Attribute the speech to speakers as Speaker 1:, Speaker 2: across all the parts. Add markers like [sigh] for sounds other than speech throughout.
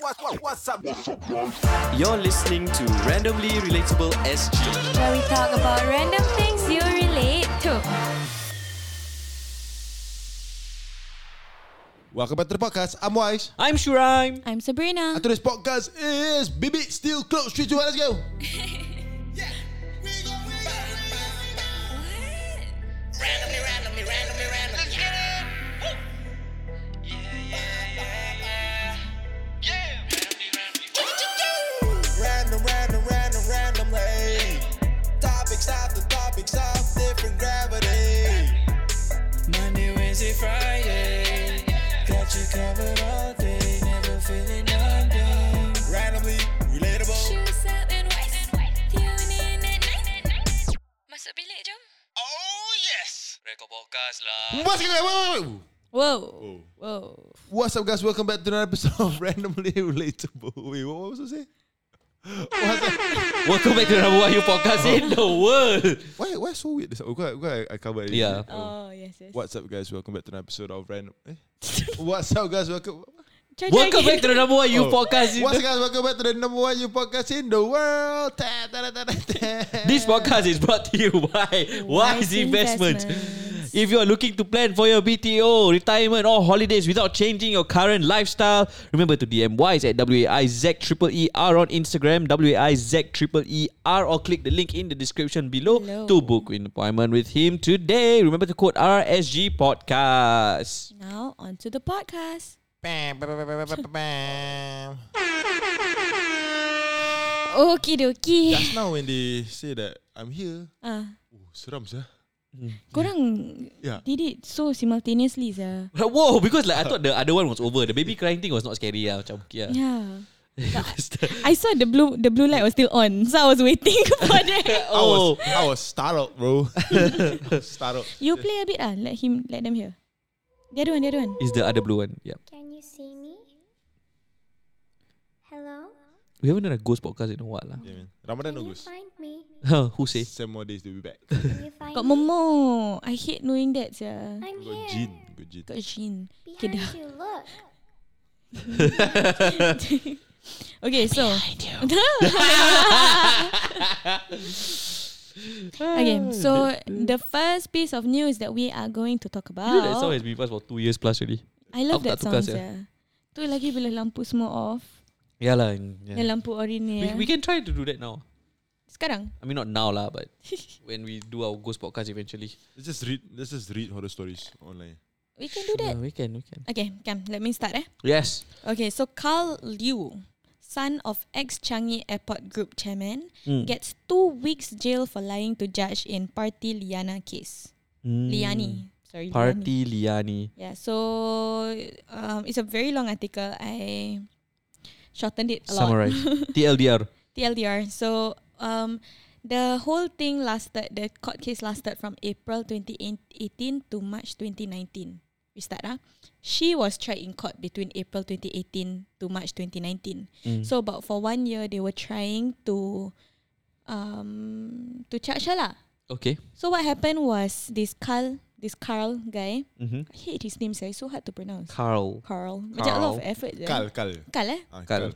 Speaker 1: What, what, what's up?
Speaker 2: You're listening to Randomly Relatable SG.
Speaker 3: where we talk about random things you relate to.
Speaker 4: Welcome back to the podcast. I'm Wise.
Speaker 2: I'm Shuraim.
Speaker 3: I'm Sabrina.
Speaker 4: And today's podcast is Bibi Still Close. Three, two, one, let's go.
Speaker 5: randomly, randomly, randomly, randomly. Yeah. Woo. Yeah, yeah, yeah, yeah. Yeah. Randomly, randomly.
Speaker 6: Random, random, random, randomly. Topics after topics of different gravity. Monday, Wednesday, Friday. Got you covered all day. Never feeling under. Randomly, relatable.
Speaker 3: Shoes up and white. Tune in at night. Masuk bilik jom.
Speaker 5: Oh yes. Rekod podcast lah.
Speaker 4: What's, wait, wait, wait.
Speaker 3: Whoa. Whoa.
Speaker 4: What's up, guys? Welcome back to another episode of [laughs] Randomly Relatable. Wait, what, what was I saying? What's up?
Speaker 2: Welcome back to the number one you podcast in the world.
Speaker 4: Why, why so weird? This, oh, because I, because I, I covered it.
Speaker 2: Yeah. Uh.
Speaker 4: Oh.
Speaker 3: Oh, yes, yes.
Speaker 4: What's up, guys? Welcome back to another episode of Random.
Speaker 2: [laughs]
Speaker 4: Eh? What's up, guys? Welcome.
Speaker 3: Try, try
Speaker 2: Welcome back
Speaker 3: again.
Speaker 2: to the number one you
Speaker 4: Oh.
Speaker 2: podcast in
Speaker 4: What's up,
Speaker 2: the
Speaker 4: guys? Welcome back to the number one you podcast in the world. Ta, ta, ta, ta, ta,
Speaker 2: [laughs]
Speaker 4: ta.
Speaker 2: This podcast is brought to you by Wise
Speaker 3: Wise
Speaker 2: Investments.
Speaker 3: Investments.
Speaker 2: If you are looking to plan for your BTO, retirement, or holidays without changing your current lifestyle, remember to DM Wise at WAIZEER E on Instagram, WAIZEER, E or click the link in the description below
Speaker 3: Below.
Speaker 2: to book an appointment with him today. Remember to quote RSG Podcast.
Speaker 3: Now, on to the podcast.
Speaker 4: Bam, bam, bam, bam, bam, bam, bam.
Speaker 3: Okie dokie.
Speaker 4: Just now when they say that I'm here,
Speaker 3: Ah,
Speaker 4: oh, seram sah.
Speaker 3: korang
Speaker 4: Yeah.
Speaker 3: did it so simultaneously,
Speaker 4: [laughs]
Speaker 3: sah.
Speaker 2: Whoa, Oh, because like I thought the other one was over. The baby crying thing was not scary. Yeah. Macam, okay, yeah.
Speaker 4: [laughs]
Speaker 3: Yeah. I saw the blue the blue light was still on, so I was waiting [laughs] for that.
Speaker 4: I
Speaker 2: oh,
Speaker 4: was I was
Speaker 2: [laughs]
Speaker 4: startled, bro. [laughs] startled.
Speaker 3: You play a bit ah, let him let them hear. The other one, the other one.
Speaker 2: is the other blue one. Yeah.
Speaker 7: Can you see me? Hello?
Speaker 2: We haven't done a ghost podcast in a while. lah.
Speaker 4: Yeah, man. Ramadan
Speaker 7: Can you
Speaker 4: August.
Speaker 7: find
Speaker 3: [laughs]
Speaker 7: me?
Speaker 2: Huh, [laughs] who say?
Speaker 4: Seven more days they'll be back.
Speaker 7: Can you find
Speaker 3: Got
Speaker 7: me?
Speaker 3: Momo. I hate knowing that, sah.
Speaker 7: I'm
Speaker 4: Good
Speaker 7: here.
Speaker 4: jin, good jin.
Speaker 3: Got Jin. [laughs] Okay,
Speaker 7: Behind
Speaker 3: dah.
Speaker 7: you, look.
Speaker 3: Okay, so. [laughs]
Speaker 2: [laughs]
Speaker 3: okay, so the first piece of news that we are going to talk about.
Speaker 2: You know that song has been with us for two years plus already.
Speaker 3: I love
Speaker 2: Aku tak
Speaker 3: that song.
Speaker 2: tukar sia.
Speaker 3: Yeah. Tu lagi bila lampu semua off.
Speaker 2: Yeah, lah.
Speaker 3: Yang lampu orange ni.
Speaker 2: We, we can try to do that now.
Speaker 3: Sekarang.
Speaker 2: I mean, not now lah, but [laughs] when we do our ghost podcast eventually.
Speaker 4: Let's just read let's just read horror stories online.
Speaker 3: We can do that.
Speaker 2: Yeah, we can, we can.
Speaker 3: Okay, come. Let me start eh.
Speaker 2: Yes.
Speaker 3: Okay, so Carl Liu, son of ex Changi Airport Group chairman, gets two weeks jail for lying to judge in Party Liana case. Liani. Sorry, Liani.
Speaker 2: Party Liani.
Speaker 3: Yeah, so um, it's a very long article. I shortened it a [laughs]
Speaker 2: Summarize.
Speaker 3: lot.
Speaker 2: TLDR.
Speaker 3: TLDR. So um, the whole thing lasted, the court case lasted from April 2018 to March 2019. We start ah. She was tried in court between April 2018 to March 2019.
Speaker 2: Mm.
Speaker 3: So about for one year, they were trying to um, to charge her lah.
Speaker 2: Okay.
Speaker 3: So what happened was this Carl, this Carl guy,
Speaker 2: Mhm.
Speaker 3: I hate his name, sir. It's so hard to pronounce.
Speaker 2: Carl.
Speaker 3: Carl. Macam a lot of
Speaker 2: Carl.
Speaker 3: effort je.
Speaker 4: Kal, kal.
Speaker 3: Carl eh?
Speaker 4: Ah,
Speaker 2: Kal.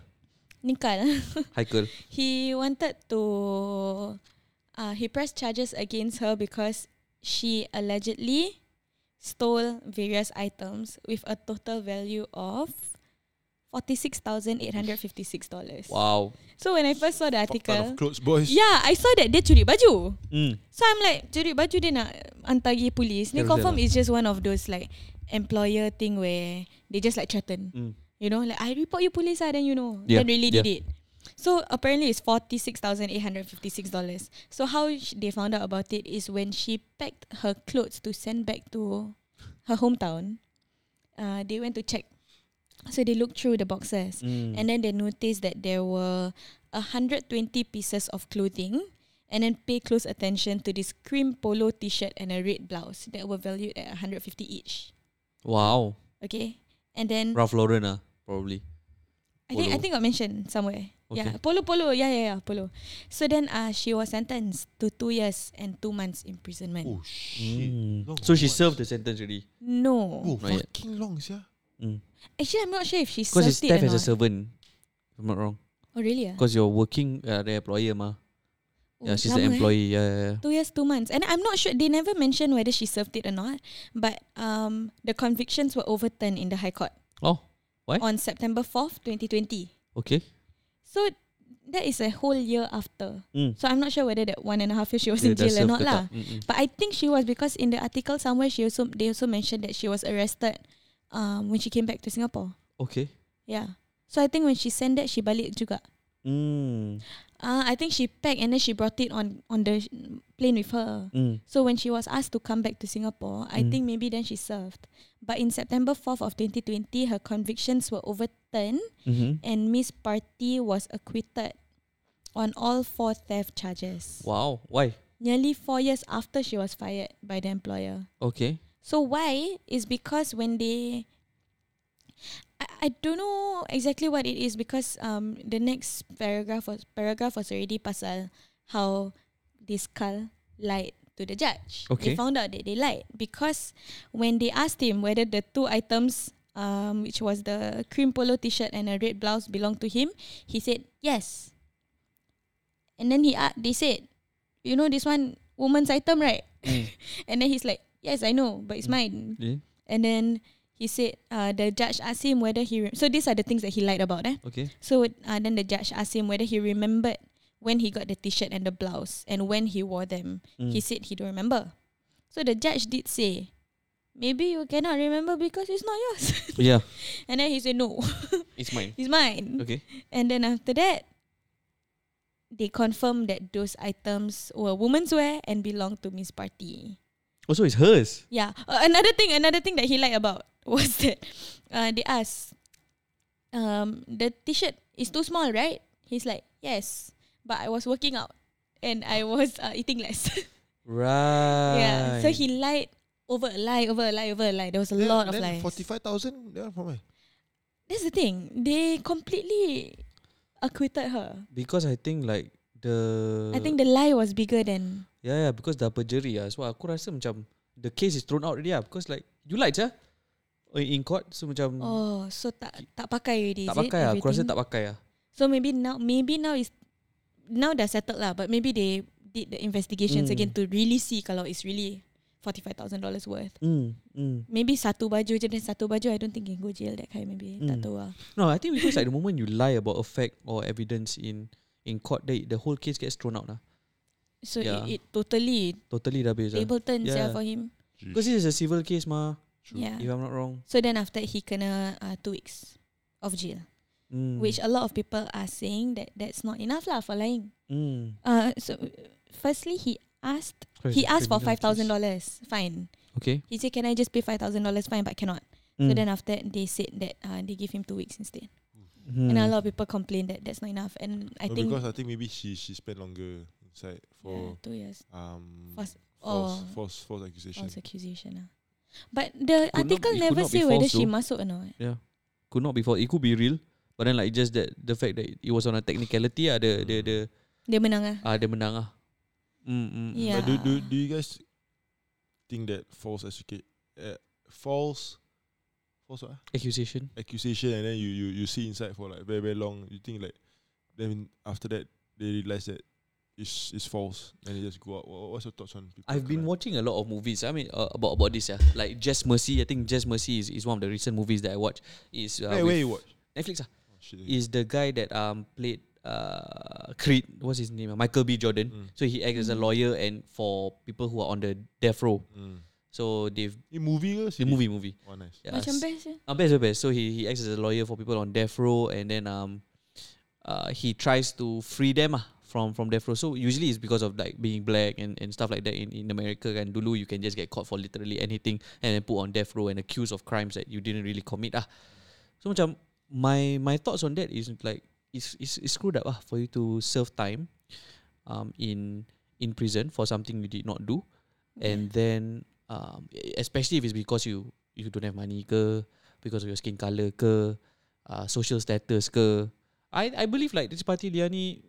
Speaker 3: Ni Carl. [laughs]
Speaker 2: Haikal.
Speaker 3: he wanted to... Uh, he pressed charges against her because she allegedly stole various items with a total value of $46,856.
Speaker 2: Wow.
Speaker 3: So when I first saw the
Speaker 4: Fuck ton of
Speaker 3: article...
Speaker 4: clothes, boys.
Speaker 3: Yeah, I saw that dia curi baju.
Speaker 2: Mm.
Speaker 3: So I'm like Curi baju dia nak Hantar pergi polis Ni
Speaker 2: Carousel
Speaker 3: confirm
Speaker 2: lah.
Speaker 3: is just one of those like Employer thing where They just like threaten
Speaker 2: Mm.
Speaker 3: You know like I report you police lah Then you know
Speaker 2: Yeah,
Speaker 3: Then really did
Speaker 2: yeah.
Speaker 3: it So apparently it's $46,856 So how sh- they found out about it Is when she packed her clothes To send back to Her hometown uh, They went to check So they looked through the boxes
Speaker 2: Mm.
Speaker 3: and then they noticed that there were 120 pieces of clothing and then pay close attention to this cream polo t-shirt and a red blouse that were valued at 150 each.
Speaker 2: Wow.
Speaker 3: Okay? And then
Speaker 2: Ralph Lauren ah, probably.
Speaker 3: I think
Speaker 2: Polo.
Speaker 3: I think got mentioned somewhere.
Speaker 2: Okay.
Speaker 3: Yeah, polo polo. Yeah, yeah, yeah, polo. So then uh, she was sentenced to 2 years and 2 months imprisonment.
Speaker 4: Oh shit. Long
Speaker 2: Mm. So she
Speaker 4: months.
Speaker 2: served the sentence already.
Speaker 3: No.
Speaker 4: Oh
Speaker 2: Not yet.
Speaker 4: fucking long, yeah.
Speaker 3: Actually I'm not sure if she
Speaker 2: Because it's
Speaker 3: served it
Speaker 2: death
Speaker 3: or
Speaker 2: as a
Speaker 3: not.
Speaker 2: servant. I'm not wrong.
Speaker 3: Oh really? ah?
Speaker 2: Because you're working uh, the employer, ma.
Speaker 3: Oh,
Speaker 2: yeah, she's the
Speaker 3: lama, eh?
Speaker 2: employee. Yeah, yeah, yeah.
Speaker 3: Two years, two months, and I'm not sure. They never mentioned whether she served it or not. But um, the convictions were overturned in the High Court
Speaker 2: Oh, Why?
Speaker 3: on September fourth, twenty twenty.
Speaker 2: okay.
Speaker 3: So that is a whole year after.
Speaker 2: Mm.
Speaker 3: So I'm not sure whether that one and a half year she was in
Speaker 2: Dia dah
Speaker 3: jail or
Speaker 2: serve
Speaker 3: not
Speaker 2: ke tak?
Speaker 3: lah.
Speaker 2: Mm-mm.
Speaker 3: But I think she was because in the article somewhere she also they also mentioned that she was arrested um, when she came back to Singapore.
Speaker 2: Okay.
Speaker 3: Yeah. So I think when she sent that she balik juga.
Speaker 2: Mm.
Speaker 3: Ah, I think she packed and then she brought it on on the sh- plane with her.
Speaker 2: Mm.
Speaker 3: So when she was asked to come back to Singapore, I
Speaker 2: Mm.
Speaker 3: think maybe then she served. But in September 4th of 2020, her convictions were overturned
Speaker 2: Mm-hmm.
Speaker 3: and Miss Party was acquitted on all four theft charges.
Speaker 2: Wow. Why?
Speaker 3: Nearly four years after she was fired by the employer.
Speaker 2: Okay.
Speaker 3: So why is because when they I, I don't know exactly what it is because um the next paragraph was paragraph was already pasal how this Carl lied to the judge.
Speaker 2: Okay.
Speaker 3: They found out that they lied because when they asked him whether the two items um which was the cream polo t-shirt and a red blouse belonged to him, he said yes. And then he a they said, you know this one woman's item right? and then he's like, yes I know, but it's mine.
Speaker 2: Mm. Yeah.
Speaker 3: And then he said, uh, the judge asked him whether he. Re- so these are the things that he lied about, eh?
Speaker 2: Okay.
Speaker 3: So uh, then the judge asked him whether he remembered when he got the T-shirt and the blouse and when he wore them.
Speaker 2: Mm.
Speaker 3: He said he don't remember. So the judge did say, maybe you cannot remember because it's not yours. [laughs]
Speaker 2: Yeah.
Speaker 3: and then he said no, [laughs]
Speaker 2: It's mine.
Speaker 3: it's mine.
Speaker 2: Okay.
Speaker 3: And then after that, they confirmed that those items were women's wear and belonged to Miss Party.
Speaker 2: Also, Oh, it's hers.
Speaker 3: Yeah. Uh, another thing, another thing that he lied about [laughs] was that uh, they asked, um, the t-shirt is too small, right? He's like, yes, but I was working out and I was uh, eating less. [laughs]
Speaker 2: Right.
Speaker 3: yeah. So he lied over a lie, over a lie, over a lie. There was a lot of
Speaker 4: then
Speaker 3: lies.
Speaker 4: Forty-five thousand. Yeah, for me.
Speaker 3: That's the thing. They completely acquitted her.
Speaker 2: because I think like the
Speaker 3: I think the lie was bigger than
Speaker 2: yeah yeah because dah perjury ah so aku rasa macam the case is thrown out already ah because like you lied ja in court so macam
Speaker 3: oh, so tak tak pakai already.
Speaker 2: Hmm. tak
Speaker 3: is it,
Speaker 2: pakai ah aku rasa
Speaker 3: everything?
Speaker 2: tak pakai ah
Speaker 3: So maybe now, maybe now is now dah settled lah. But maybe they did the
Speaker 2: Mm.
Speaker 3: investigations again to really see kalau it's really forty five thousand dollars worth.
Speaker 2: mm, mm.
Speaker 3: Maybe satu baju je dan satu baju I don't think can go jail that kind maybe
Speaker 2: Mm.
Speaker 3: tak tahu lah.
Speaker 2: no I think because like the moment you lie about a fact or evidence in in court the the whole case gets thrown out lah
Speaker 3: So
Speaker 2: Yeah.
Speaker 3: it, it totally
Speaker 2: totally dah habis
Speaker 3: table turns
Speaker 2: Yeah.
Speaker 3: yeah. for him.
Speaker 2: because this is a civil case ma
Speaker 3: Yeah.
Speaker 2: if I'm not wrong
Speaker 3: So then after that, he kena uh, two weeks of jail,
Speaker 2: mm.
Speaker 3: which a lot of people are saying that that's not enough lah for lying.
Speaker 2: mm.
Speaker 3: Uh, so firstly he asked he asked for five thousand dollars fine.
Speaker 2: okay
Speaker 3: He said, "Can I just pay five thousand dollars fine?" But cannot.
Speaker 2: Hmm.
Speaker 3: So then after that, they said that uh, they give him two weeks instead.
Speaker 2: mm.
Speaker 3: And a lot of people complained that that's not enough. And I
Speaker 4: No,
Speaker 3: think
Speaker 4: because I think maybe she she spent longer inside
Speaker 3: yeah,
Speaker 4: for
Speaker 3: two years
Speaker 4: um
Speaker 3: False-
Speaker 4: false
Speaker 3: oh.
Speaker 4: false, false accusation.
Speaker 3: false accusation. lah. But
Speaker 2: Could
Speaker 3: the
Speaker 2: not-
Speaker 3: article
Speaker 2: it could
Speaker 3: never
Speaker 2: not be
Speaker 3: say whether
Speaker 2: false
Speaker 3: she
Speaker 2: though.
Speaker 3: masuk or not.
Speaker 2: could not be false. It could be real, but then like just that the fact that it was on a technicality, ah, the the the
Speaker 3: Dia menang ah.
Speaker 2: ah, dia menang ah. Mm, mm, mm.
Speaker 3: Yeah.
Speaker 4: But do, do do you guys think that false educate uh, false false what?
Speaker 2: Accusation.
Speaker 4: accusation and then you you you see inside for like very very long? You think like then after that they realize that it's it's false and they just go out. Wha- What's your thoughts on people?
Speaker 2: I've been
Speaker 4: kena-
Speaker 2: watching a lot of movies. I mean, uh, about about this, yeah. Like Just Mercy. I think Just Mercy is, is one of the recent movies that I watch. Is uh,
Speaker 4: Where
Speaker 2: with
Speaker 4: where you watch?
Speaker 2: Netflix. Ah,
Speaker 4: Oh, shit.
Speaker 2: is the guy that um played uh Creed. What's his name? Michael B. Jordan.
Speaker 4: Mm.
Speaker 2: So he acts as a lawyer and for people who are on the death row.
Speaker 4: Mm.
Speaker 2: So they've
Speaker 4: In movie
Speaker 2: the
Speaker 4: ke? series?
Speaker 2: movie movie.
Speaker 4: Oh nice.
Speaker 2: Yeah,
Speaker 3: Macam
Speaker 2: s-
Speaker 3: best je.
Speaker 2: Ah, best, best, best. So he he acts as a lawyer for people on death row, and then um, uh, he tries to free them ah, from from death row. So usually it's because of like being black and, and stuff like that in, in America. And dulu you can just get caught for literally anything and then put on death row and accused of crimes that you didn't really commit ah. So macam my my thoughts on that is like it's it's, it's screwed up ah for you to serve time, um in in prison for something you did not do, and then um e- especially if it's because you you don't have money ke because of your skin colour ke uh, social status ke I I believe like this party Lia ni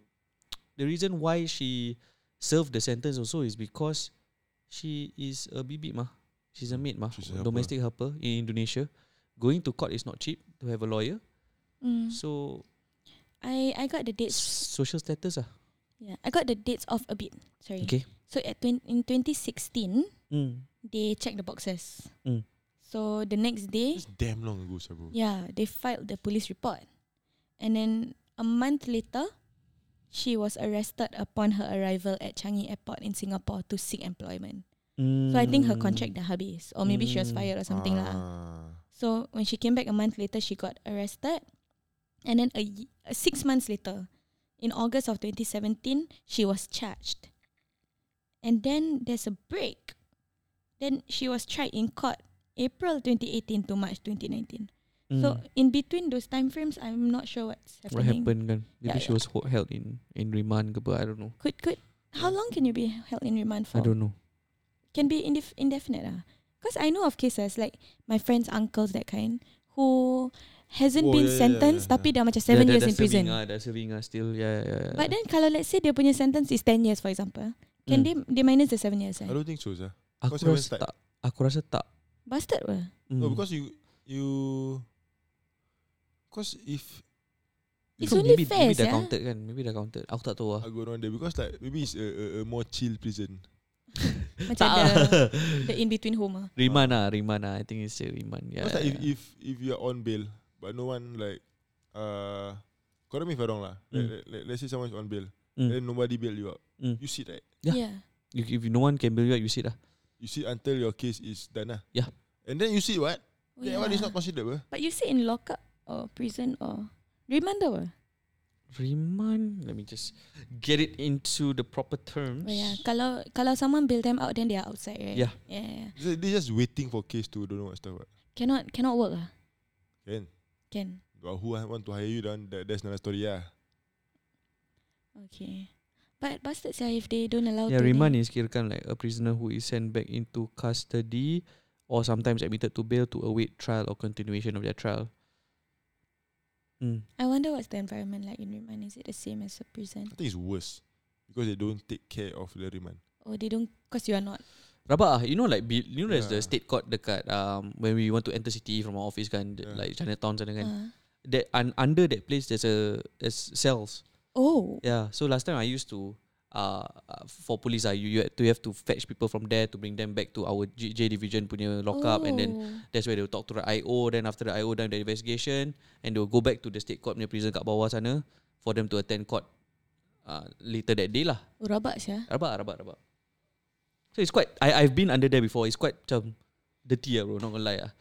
Speaker 2: the reason why she served the sentence also is because she is a bibi mah she's a maid mah
Speaker 4: She's a helper.
Speaker 2: domestic helper in Indonesia going to court is not cheap to have a lawyer
Speaker 3: Mm.
Speaker 2: so
Speaker 3: Hmm. I I got the dates.
Speaker 2: Social status ah.
Speaker 3: Yeah, I got the dates off a bit. Sorry.
Speaker 2: Okay.
Speaker 3: So at twen- in 2016,
Speaker 2: Mm.
Speaker 3: they checked the boxes.
Speaker 2: Mm.
Speaker 3: So the next day,
Speaker 4: It's damn long ago, sir, bro.
Speaker 3: yeah, they filed the police report, and then a month later, she was arrested upon her arrival at Changi Airport in Singapore to seek employment. So I think her contract dah habis, or maybe she was
Speaker 2: Mm.
Speaker 3: fired or something lah.
Speaker 4: Ah.
Speaker 3: So when she came back a month later, she got arrested, and then a, ye- uh, six months later, in August of 2017, she was charged. And then there's a break. Then she was tried in court April 2018 to March 2019.
Speaker 2: Mm.
Speaker 3: So in between those time frames, I'm not sure what's
Speaker 2: what
Speaker 3: happening.
Speaker 2: happened kan? Maybe
Speaker 3: Yeah,
Speaker 2: she
Speaker 3: yeah.
Speaker 2: was ho- held in in remand ke apa, I don't know.
Speaker 3: Could could how long can you be held in remand for?
Speaker 2: I
Speaker 4: Oh.
Speaker 2: don't know.
Speaker 3: can be indef- indefinite ah. Because I know of cases like my friend's uncles that kind who hasn't
Speaker 4: Oh,
Speaker 3: been
Speaker 4: yeah, yeah,
Speaker 3: sentenced
Speaker 4: yeah,
Speaker 3: tapi dah macam seven
Speaker 2: Dah- dah-
Speaker 3: years
Speaker 2: dah
Speaker 3: in prison.
Speaker 2: serving ah, dah serving ah still. Yeah, yeah, yeah.
Speaker 3: But then kalau let's say dia punya sentence is 10 years for example, can
Speaker 2: Mm.
Speaker 3: they they minus the 7 years
Speaker 4: I
Speaker 3: eh?
Speaker 4: don't think so, sir.
Speaker 2: aku
Speaker 4: Kau seven
Speaker 2: rasa
Speaker 4: start.
Speaker 2: tak aku rasa tak.
Speaker 3: Bastard were.
Speaker 2: Mm.
Speaker 4: No, because you you because if
Speaker 3: It's
Speaker 2: So
Speaker 3: only
Speaker 2: maybe,
Speaker 3: fair,
Speaker 2: maybe dah
Speaker 3: sia.
Speaker 2: counted kan? Maybe dah counted. Aku tak
Speaker 3: [laughs]
Speaker 2: tahu lah.
Speaker 4: I go around there because like maybe it's a, a, a more chill prison.
Speaker 2: Tak
Speaker 3: Macam
Speaker 2: [laughs]
Speaker 3: the,
Speaker 2: lah.
Speaker 3: the in between home ah.
Speaker 2: Remand lah, remand lah. I think it's a remand. ya, Yeah.
Speaker 4: Because like
Speaker 2: yeah, yeah.
Speaker 4: if if if you're on bail but no one like uh correct me if I'm wrong lah.
Speaker 2: Mm.
Speaker 4: Like, let, let's say someone's on bail
Speaker 2: Mm.
Speaker 4: then nobody bail you out.
Speaker 2: Mm.
Speaker 4: You sit right.
Speaker 2: Yeah. You, if no one can bail you out, you sit lah.
Speaker 4: You sit until your case is done lah.
Speaker 2: Yeah.
Speaker 4: And then you sit what?
Speaker 3: Oh,
Speaker 4: That one is not considered. Bro.
Speaker 3: But you say in lockup or prison or remand dah were.
Speaker 2: Remand. Let me just get it into the proper terms.
Speaker 3: Oh, yeah. Kalau kalau someone bail them out then they are outside right?
Speaker 2: Yeah.
Speaker 3: Yeah. yeah.
Speaker 4: They they just waiting for case to don't know what stuff. What.
Speaker 3: Cannot cannot work ah.
Speaker 4: Can.
Speaker 3: Can.
Speaker 4: But who I want to hire you down that, that's another story, yeah.
Speaker 3: Okay. But bastard sia if they don't allow
Speaker 2: Yeah,
Speaker 3: to
Speaker 2: remand is kirakan like a prisoner who is sent back into custody or sometimes admitted to bail to await trial or continuation of their trial. Mm.
Speaker 3: I wonder what's the environment like in remand. Is it the same as a prison?
Speaker 4: I think it's worse. Because they don't take care of the remand.
Speaker 3: Or they don't, because you are not.
Speaker 2: Rabak ah, you know like be, you know there's the
Speaker 4: Yeah.
Speaker 2: state court dekat um when we want to enter city from our office kan
Speaker 4: Yeah.
Speaker 2: like Chinatown sana kan.
Speaker 3: Uh.
Speaker 2: That un, under that place there's a there's cells.
Speaker 3: Oh,
Speaker 2: Yeah, so last time I used to uh uh, for police ah you, you had to you have to fetch people from there to bring them back to our J, J division punya lockup and then
Speaker 3: Oh.
Speaker 2: That's where they'll talk to the IO. Then after the IO done the investigation, and they'll go back to the state court punya prison kat bawah sana for them to attend court uh, later that day lah.
Speaker 3: Oh, rabak sia.
Speaker 2: Rabak, lah, rabak, rabak. So it's quite. I I've been under there before. It's quite macam dirty lah bro. Not gonna lie lah.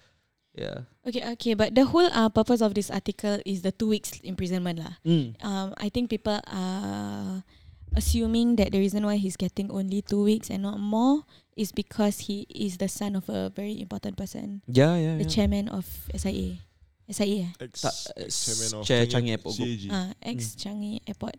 Speaker 2: Yeah.
Speaker 3: Okay, okay, but the whole uh, purpose of this article is the two weeks imprisonment lah.
Speaker 2: Mm.
Speaker 3: Um, I think people are assuming that the reason why he's getting only two weeks and not more is because he is the son of a very important person,
Speaker 2: Yeah, yeah.
Speaker 3: the chairman of SIA, SIA, eh?
Speaker 4: Ex,
Speaker 2: Ta-
Speaker 4: ex chairman of
Speaker 2: chair Changi Airport Group.
Speaker 4: CAG.
Speaker 3: uh, ex Changi
Speaker 2: [laughs]
Speaker 3: Airport,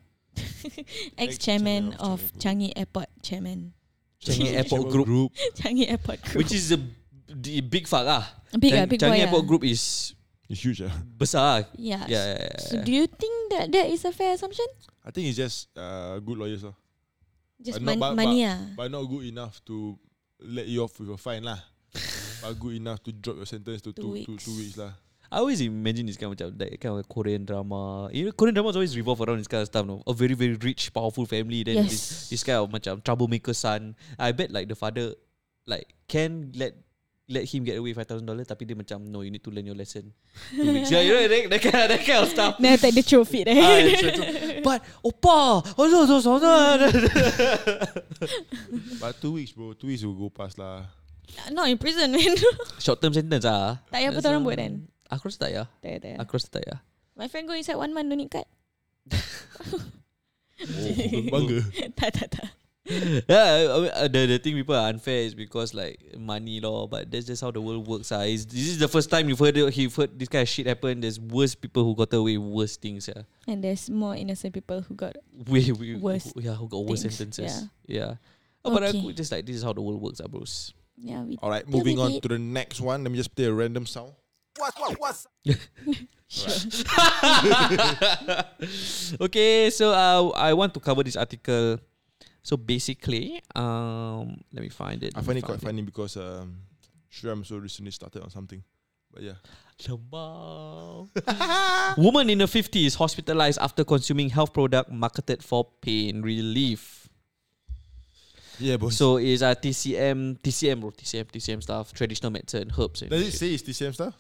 Speaker 3: ex chairman
Speaker 4: Ex-chairman
Speaker 3: of
Speaker 4: of
Speaker 3: Changi Airport chairman. [laughs]
Speaker 2: Changi Airport Group. [laughs]
Speaker 3: Changi Airport Group.
Speaker 2: Which is the the big fuck ah.
Speaker 3: big, ah,
Speaker 2: Chang-
Speaker 3: big
Speaker 2: Changi
Speaker 3: boy,
Speaker 2: Airport
Speaker 3: ah.
Speaker 2: Group is
Speaker 4: It's huge. ah.
Speaker 2: besar. ah.
Speaker 3: Yeah.
Speaker 2: Yeah, yeah, yeah,
Speaker 3: So
Speaker 2: yeah.
Speaker 3: do you think that that is a fair assumption?
Speaker 4: I think it's just uh, good lawyers. lah.
Speaker 3: Just
Speaker 4: Uh, no,
Speaker 3: mon-
Speaker 4: but-
Speaker 3: money ah.
Speaker 4: But not good enough to let you off with a fine. lah. but good enough to drop your sentence to two,
Speaker 3: Two
Speaker 4: two,
Speaker 3: weeks.
Speaker 4: two weeks. lah.
Speaker 2: I always imagine this kind of macam that kind of Korean drama. You know, Korean dramas always revolve around this kind of stuff. No? A very very rich, powerful family. Then
Speaker 3: Yes.
Speaker 2: this this kind of macam troublemaker son. I bet like the father like can let let him get away five thousand dollars. Tapi dia macam no, you need to learn your lesson. Two weeks. yeah, you know that, that kind of, that kind of stuff.
Speaker 3: Nah, tak ada trophy dah.
Speaker 2: [laughs] Ah, it's true, true. [laughs] But opa, oh no, no, no, no.
Speaker 4: But two weeks, bro. Two weeks will go past. lah.
Speaker 3: [laughs] Not in prison, man. [laughs]
Speaker 2: Short term sentence ah.
Speaker 3: Tak payah
Speaker 2: That's
Speaker 3: potong
Speaker 2: all.
Speaker 3: rambut kan?
Speaker 2: Aku rasa tak ya.
Speaker 3: tak ada, tak ada.
Speaker 2: Aku rasa tak ya.
Speaker 3: My friend go inside one month, no need cut.
Speaker 4: [laughs] Oh, bangga.
Speaker 3: [laughs] tak, tak, tak.
Speaker 2: Yeah, I- I mean, uh, the the thing people are unfair is because like money law, but that's just how the world works. Ah, It's- this is the first time you've heard it- you've heard this kind of shit happen. There's worse people who got away with worse things. Yeah, [laughs]
Speaker 3: And there's more innocent people who got
Speaker 2: we, we
Speaker 3: Worse
Speaker 2: who- yeah who got worse
Speaker 3: things,
Speaker 2: sentences. Yeah, Oh, but I
Speaker 3: Okay.
Speaker 2: could just like this is how the world works, ah, bros. Oh,
Speaker 3: yeah. [laughs] We
Speaker 4: All right,
Speaker 3: Tell
Speaker 4: moving
Speaker 3: me,
Speaker 4: on
Speaker 3: babe.
Speaker 4: to the next one. Let me just play a random sound.
Speaker 2: okay, so uh, I want to cover this article. So basically, um, let me find it.
Speaker 4: I
Speaker 2: let
Speaker 4: find
Speaker 2: me
Speaker 4: it quite
Speaker 2: find
Speaker 4: funny because um, Shram so recently started on something, but But yeah.
Speaker 2: Sembau. Woman in her 50s hospitalized after consuming health product marketed for pain relief.
Speaker 4: Yeah, but
Speaker 2: So is uh, a TCM, TCM, bro, TCM, TCM stuff, traditional medicine, herbs. And
Speaker 4: does it
Speaker 2: shit.
Speaker 4: say it's TCM stuff?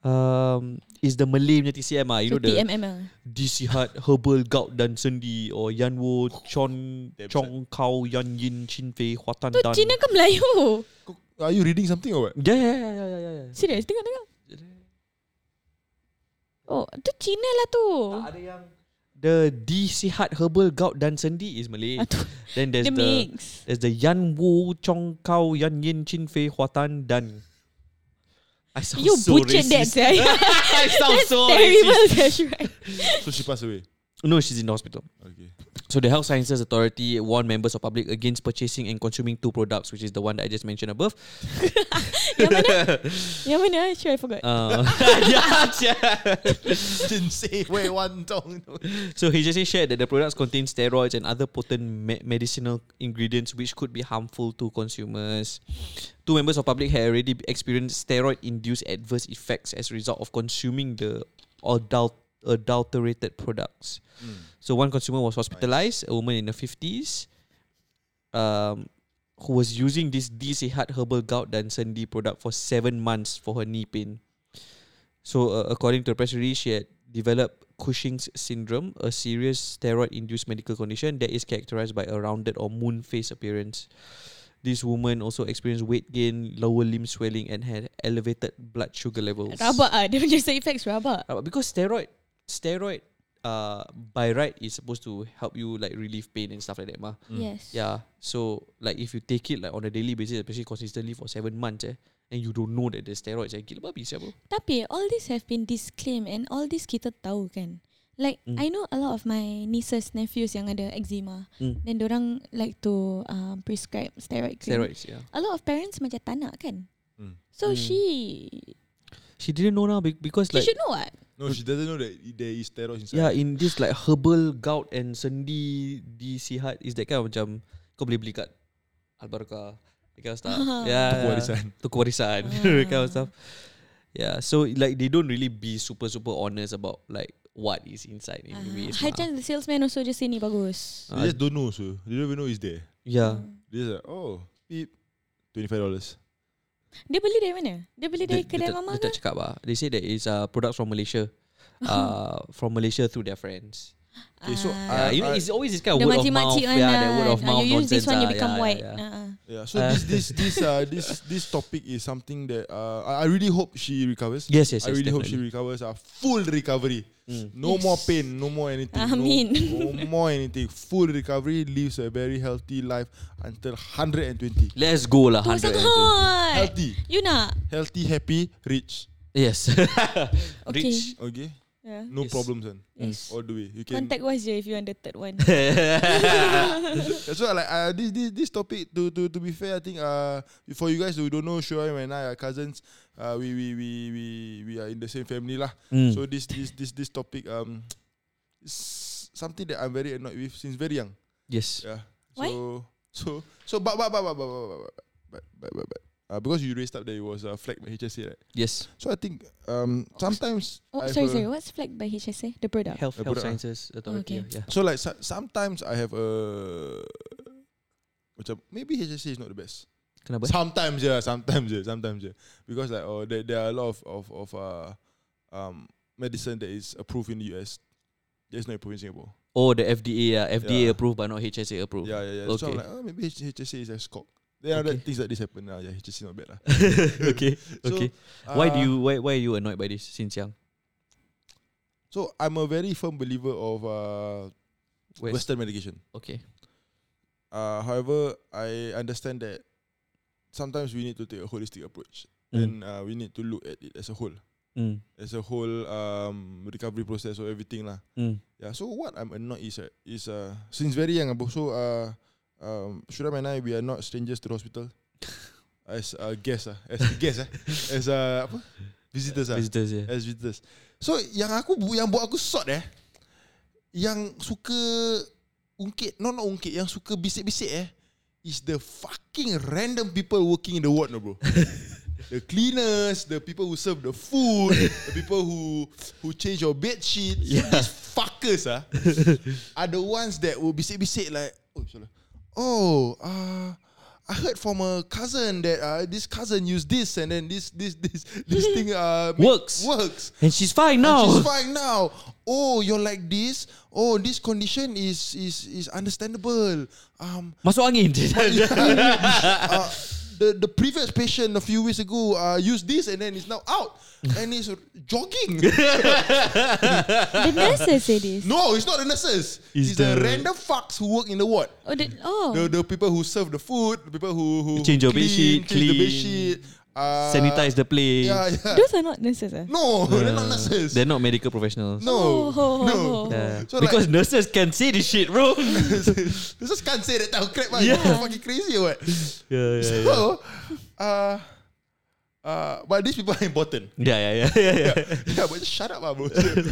Speaker 2: Um, is the Malay punya TCM ah? You
Speaker 3: So
Speaker 2: know the
Speaker 3: TMML.
Speaker 2: DC Hart Herbal Gout dan Sendi or Yanwo Chon
Speaker 4: Damn
Speaker 2: Chong Kao Yan Yin Chin Fei Huatan
Speaker 3: Tu
Speaker 2: Dan.
Speaker 3: Cina ke Melayu?
Speaker 4: Are you reading something or what?
Speaker 2: Yeah, yeah, yeah, yeah, yeah, yeah.
Speaker 3: Serius, tengok tengok. Oh, tu Cina lah tu.
Speaker 2: Tak ada yang the DC Hart Herbal Gout dan Sendi is Malay.
Speaker 3: [laughs] Ah, tu
Speaker 2: Then there's
Speaker 3: the
Speaker 2: the,
Speaker 3: mix.
Speaker 2: there's the Yan Wu Chong Kao Yan Yin Chin Fei Huatan Dan. I sound
Speaker 3: You
Speaker 2: Oh, so
Speaker 3: butchered that,
Speaker 2: racist. [laughs]
Speaker 3: sia.
Speaker 2: I sound
Speaker 3: That's [laughs]
Speaker 2: so
Speaker 3: terrible,
Speaker 2: racist.
Speaker 3: that's right.
Speaker 4: [laughs] So she passed away.
Speaker 2: No, she's in the hospital.
Speaker 4: Okay.
Speaker 2: So the Health Sciences Authority warned members of public against purchasing and consuming two products, which is the one that I just mentioned above.
Speaker 3: Yang mana? Sure, I forgot.
Speaker 4: [laughs]
Speaker 2: Uh, [laughs] yeah, yeah.
Speaker 4: Didn't say wait one tongue.
Speaker 2: So he just shared that the products contain steroids and other potent me- medicinal ingredients which could be harmful to consumers. Two members of public had already experienced steroid-induced adverse effects as a result of consuming the adult adulterated products. So one consumer was hospitalized, a woman in her fifties, um, who was using this DC Heart Herbal Gout dan Sendi product for seven months for her knee pain. So, uh, according to the press release, she had developed Cushing's syndrome, a serious steroid-induced medical condition that is characterized by a rounded or moon face appearance. This woman also experienced weight gain, lower limb swelling, and had elevated blood sugar levels.
Speaker 3: Rabak ah. Dia punya side effects rabak.
Speaker 2: Uh, because steroid, steroid, uh, by right is supposed to help you like relieve pain and stuff like that, ma.
Speaker 3: Yes.
Speaker 2: Yeah. So like if you take it like on a daily basis, especially consistently for seven months, eh, and you don't know that the steroids, eh, gila babi siapa?
Speaker 3: Tapi all this have been disclaimed and all this kita tahu kan. Like
Speaker 2: Mm.
Speaker 3: I know a lot of my nieces nephews yang ada eczema.
Speaker 2: Mm.
Speaker 3: Then orang like to um, prescribe steroid cream.
Speaker 2: Steroids, yeah.
Speaker 3: A lot of parents macam tak nak kan.
Speaker 4: Mm.
Speaker 2: Mm.
Speaker 3: So she
Speaker 2: She didn't know now be- because
Speaker 3: she
Speaker 2: like
Speaker 3: should know what.
Speaker 4: No, she doesn't know that i- there is steroids inside.
Speaker 2: yeah, in this like herbal gout and sendi di sihat is that kind of macam kau boleh beli kat Albarca. That kind of stuff. [laughs] yeah.
Speaker 4: Tuku warisan.
Speaker 2: Tuku warisan.
Speaker 3: Ah.
Speaker 2: [laughs] that kind of stuff. Yeah, so like they don't really be super super honest about like what is inside in
Speaker 3: Ah,
Speaker 2: uh, ways.
Speaker 3: high
Speaker 2: lah.
Speaker 3: chance the salesman also just say ni bagus.
Speaker 4: They just don't know, so they don't even know it's there.
Speaker 2: Yeah.
Speaker 4: They just like, oh, beep, twenty five dollars.
Speaker 3: Dia beli dari mana? Dia beli dari kedai
Speaker 2: tak-
Speaker 3: mama
Speaker 2: dia tak
Speaker 3: ke?
Speaker 2: cakap lah. They say that it's uh, products from
Speaker 3: [laughs]
Speaker 2: Malaysia. Uh, from Malaysia through their friends.
Speaker 4: Okay, so
Speaker 2: Yeah,
Speaker 3: Ah.
Speaker 4: I-
Speaker 2: you know,
Speaker 4: I-
Speaker 2: it's always this kind of
Speaker 3: The
Speaker 2: word of mouth.
Speaker 3: makcik-makcik
Speaker 2: Yeah,
Speaker 3: one
Speaker 2: that
Speaker 3: lah.
Speaker 2: word of
Speaker 3: Ah,
Speaker 2: mouth
Speaker 3: You use this
Speaker 2: nonsense
Speaker 3: one, you
Speaker 2: ah.
Speaker 3: become
Speaker 2: Yeah,
Speaker 3: white.
Speaker 2: yeah, yeah.
Speaker 3: Ah, ah.
Speaker 4: Yeah, so
Speaker 2: Uh,
Speaker 4: this this this uh this this topic is something that uh I I really hope she recovers.
Speaker 2: Yes, yes,
Speaker 4: I
Speaker 2: yes,
Speaker 4: really hope she
Speaker 2: definitely. Mm.
Speaker 4: recovers a full recovery. No
Speaker 3: Yes.
Speaker 4: more pain, no more anything.
Speaker 3: I
Speaker 4: no,
Speaker 3: mean.
Speaker 4: [laughs] no more anything. Full recovery lives a very healthy life until 120.
Speaker 2: Let's go lah.
Speaker 3: Tu
Speaker 2: hundred.
Speaker 3: sangat.
Speaker 4: Healthy,
Speaker 3: You nak?
Speaker 4: healthy, happy, rich.
Speaker 3: [laughs]
Speaker 2: Yes.
Speaker 3: Okay.
Speaker 2: Rich.
Speaker 4: Okay,
Speaker 3: Yeah.
Speaker 4: no
Speaker 2: Yes.
Speaker 4: problems, then.
Speaker 3: Yes.
Speaker 4: All the way. You can.
Speaker 3: Contact wise je if you want the third
Speaker 2: [laughs]
Speaker 3: one.
Speaker 4: That's why, like, uh, this this this topic. To to to be fair, I think uh, for you guys who don't know, Shoaib and I are cousins. Uh, we we we we we are in the same family lah.
Speaker 3: Hmm.
Speaker 2: Mm.
Speaker 4: So this this this this topic um is something that I'm very annoyed with since very young.
Speaker 2: yes.
Speaker 4: Yeah.
Speaker 3: Why?
Speaker 4: So so so but but but but but but but but but, but, but. Uh, because you raised up that it was a uh, flag by HSA, right?
Speaker 2: Yes.
Speaker 4: So I think um sometimes
Speaker 3: Oh,
Speaker 4: I've,
Speaker 3: sorry,
Speaker 4: uh,
Speaker 3: sorry. What's flagged by HSA? The product.
Speaker 2: Health,
Speaker 4: Eh,
Speaker 2: health
Speaker 4: budak ah.
Speaker 2: Sciences Authority.
Speaker 3: Okay.
Speaker 2: Yeah.
Speaker 4: So like so, sometimes I have a macam maybe HSA is not the best.
Speaker 2: Kenapa?
Speaker 4: Sometimes yeah, sometimes yeah, sometimes yeah. Because like oh there, there are a lot of of, of uh, um medicine that is approved in the US. That's not approved in Singapore.
Speaker 2: Oh, the FDA. Uh, FDA
Speaker 4: Yeah.
Speaker 2: approved but not HSA approved. [laughs]
Speaker 4: Yeah, yeah, yeah. So
Speaker 2: Okay.
Speaker 4: I'm like, oh, maybe H- HSA is a scock. There are
Speaker 2: Okay.
Speaker 4: that things like this happen. Ah, yeah, HSA not bad lah.
Speaker 2: okay. [laughs]
Speaker 4: So,
Speaker 2: Okay. why do
Speaker 4: uh,
Speaker 2: you why why are you annoyed by this since young?
Speaker 4: So I'm a very firm believer of uh,
Speaker 2: West.
Speaker 4: Western medication.
Speaker 2: Okay.
Speaker 4: Uh, however, I understand that sometimes we need to take a holistic approach
Speaker 2: Mm.
Speaker 4: and uh, we need to look at it as a whole,
Speaker 2: Mm.
Speaker 4: as a whole um, recovery process or everything lah.
Speaker 2: Mm.
Speaker 4: Yeah. So what I'm annoyed is uh, is uh, since very young, Abu, so uh, um, Shuram and I we are not strangers to the hospital. as uh, guests ah, as guests ah, as uh, apa? Visitors ah,
Speaker 2: Visitors, yeah.
Speaker 4: as visitors. So yang aku bu- yang buat aku sort eh, yang suka ungkit, no not ungkit, yang suka bisik-bisik eh, is the fucking random people working in the ward no bro. the cleaners, the people who serve the food, the people who who change your bed sheet. So these fuckers ah, are the ones that will be bisik like, oh, sorry. oh, uh, I heard from a cousin that uh, this cousin used this and then this this this this thing uh, make-
Speaker 2: Works.
Speaker 4: works.
Speaker 2: And she's fine now.
Speaker 4: She's fine now. Oh, you're like this. Oh, this condition is is is understandable.
Speaker 2: [laughs]
Speaker 4: Um,
Speaker 2: Masuk
Speaker 4: [laughs]
Speaker 2: angin.
Speaker 4: uh, the the previous patient a few weeks ago uh, used this and then it's now out and it's
Speaker 2: [laughs]
Speaker 4: jogging.
Speaker 3: The nurses say this.
Speaker 4: no, it's not the nurses.
Speaker 2: It's
Speaker 4: it's the,
Speaker 2: the-
Speaker 4: random fucks who work in the ward.
Speaker 3: Oh,
Speaker 4: [laughs]
Speaker 3: the, oh.
Speaker 4: The the people who serve the food, the people who who
Speaker 2: Change your bed sheet,
Speaker 4: change the bed
Speaker 2: clean,
Speaker 4: sheet, uh,
Speaker 2: Sanitize the place.
Speaker 4: Yeah, yeah.
Speaker 3: those are not nurses. Eh?
Speaker 4: No, [laughs] they're not nurses.
Speaker 2: They're not medical professionals.
Speaker 4: no,
Speaker 3: [laughs] Oh.
Speaker 4: no.
Speaker 2: [laughs] Yeah.
Speaker 4: So like-
Speaker 2: because nurses can say this shit,
Speaker 4: [laughs]
Speaker 2: bro.
Speaker 4: This is can't say that type of crap, man.
Speaker 2: Yeah.
Speaker 4: You're fucking crazy or what?
Speaker 2: yeah, yeah, yeah.
Speaker 4: So, uh, uh, but these people are important.
Speaker 2: [laughs] Yeah, yeah, yeah, [laughs] yeah, yeah.
Speaker 4: yeah, but just shut up, ah, bro.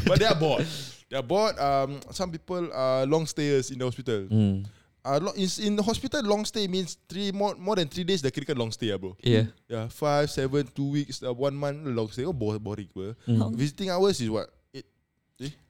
Speaker 4: but they are bored. They are bored. Um, some people are long stayers in the hospital.
Speaker 2: Mm.
Speaker 4: Uh, lo- is- in the hospital, long stay means three more more than three days. They kira long stay, ah, bro.
Speaker 2: Yeah.
Speaker 4: Yeah, five, seven, two weeks, uh, one month long stay. Oh, bo- boring, bro.
Speaker 3: Mm.
Speaker 4: Visiting hours is what eight,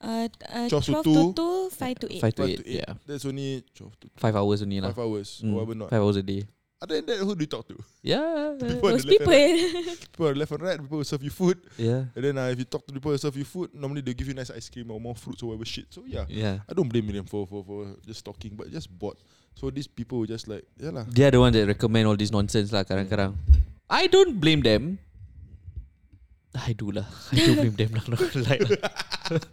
Speaker 3: Uh, uh, 12
Speaker 4: Twelve to
Speaker 3: to 2, 5 to
Speaker 2: Five to
Speaker 3: 8.
Speaker 4: five
Speaker 2: eight.
Speaker 4: to eight.
Speaker 2: Yeah.
Speaker 4: That's only twelve to
Speaker 2: Five hours only lah.
Speaker 4: five hours
Speaker 2: Mm.
Speaker 4: or whatever not.
Speaker 2: Five hours a day.
Speaker 4: Other than that, who do you talk to? [laughs]
Speaker 2: Yeah.
Speaker 4: People on
Speaker 3: Those
Speaker 4: the left and
Speaker 3: people.
Speaker 2: [laughs]
Speaker 4: right. People on the left and right. People who serve you food.
Speaker 2: Yeah.
Speaker 4: And then uh, if you talk to people who serve you food, normally they give you nice ice cream or more fruits or whatever shit. So yeah,
Speaker 2: Yeah.
Speaker 4: I don't blame them for, for, for just talking, but just bored. So these people were just like, yeah lah.
Speaker 2: They are the ones that recommend all this nonsense lah kadang-kadang. I don't blame them. I do lah. I do blame them lah. [laughs] Not gonna lie lah.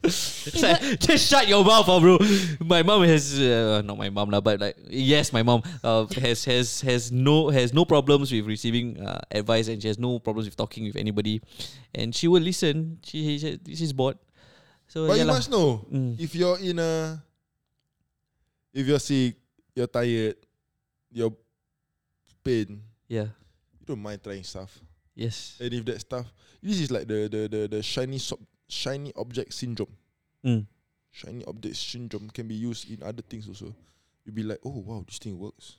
Speaker 2: It's like, just shut your mouth, ah, bro. My mom has uh, not my mom lah, but like yes, my mom uh, has has has no has no problems with receiving uh, advice, and she has no problems with talking with anybody, and she will listen. She, she she's bored. So yeah
Speaker 4: But you
Speaker 2: lah.
Speaker 4: must know
Speaker 2: Mm.
Speaker 4: if you're in a, if you're sick, you're tired, you're pain,
Speaker 2: Yeah.
Speaker 4: you don't mind trying stuff.
Speaker 2: Yes.
Speaker 4: And if that stuff, this is like the the the, the shiny sob, shiny object syndrome.
Speaker 2: Mm.
Speaker 4: Shiny object syndrome can be used in other things also. You'll be like, oh wow, this thing works.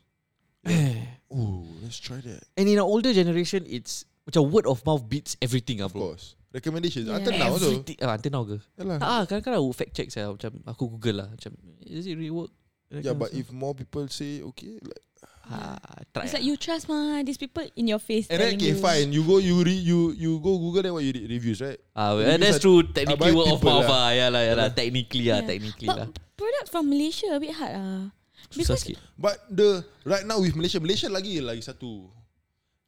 Speaker 4: Oh, let's try that.
Speaker 2: And in our older generation, it's macam word of mouth beats everything, ah,
Speaker 4: Of
Speaker 2: bro.
Speaker 4: course. Recommendations.
Speaker 3: Yeah.
Speaker 4: Until now also.
Speaker 2: Everything ah, Until now ke
Speaker 4: Yeah, lah.
Speaker 2: Ah kadang-kadang aku fact check saya Macam aku google lah Macam Is it really work
Speaker 4: yeah, but if more people say okay, like,
Speaker 2: ah, Try
Speaker 3: it's
Speaker 2: lah.
Speaker 3: like you trust ma, these people in your face.
Speaker 4: and then
Speaker 3: telling
Speaker 4: okay,
Speaker 3: you.
Speaker 4: fine. You go, you re, you you go Google then what you read reviews, right?
Speaker 2: ah, well,
Speaker 4: you
Speaker 2: That's
Speaker 4: use
Speaker 2: true Technically
Speaker 4: abide
Speaker 2: word of
Speaker 4: people
Speaker 2: mouth lah
Speaker 4: lah.
Speaker 2: Ya lah ya lah
Speaker 4: Yeah.
Speaker 2: Technically lah
Speaker 3: Yeah.
Speaker 2: Technically
Speaker 3: But
Speaker 2: lah
Speaker 3: product from Malaysia a bit hard ah.
Speaker 2: Susah
Speaker 3: Because
Speaker 2: sikit
Speaker 4: But the right now with Malaysia, Malaysia lagi lagi satu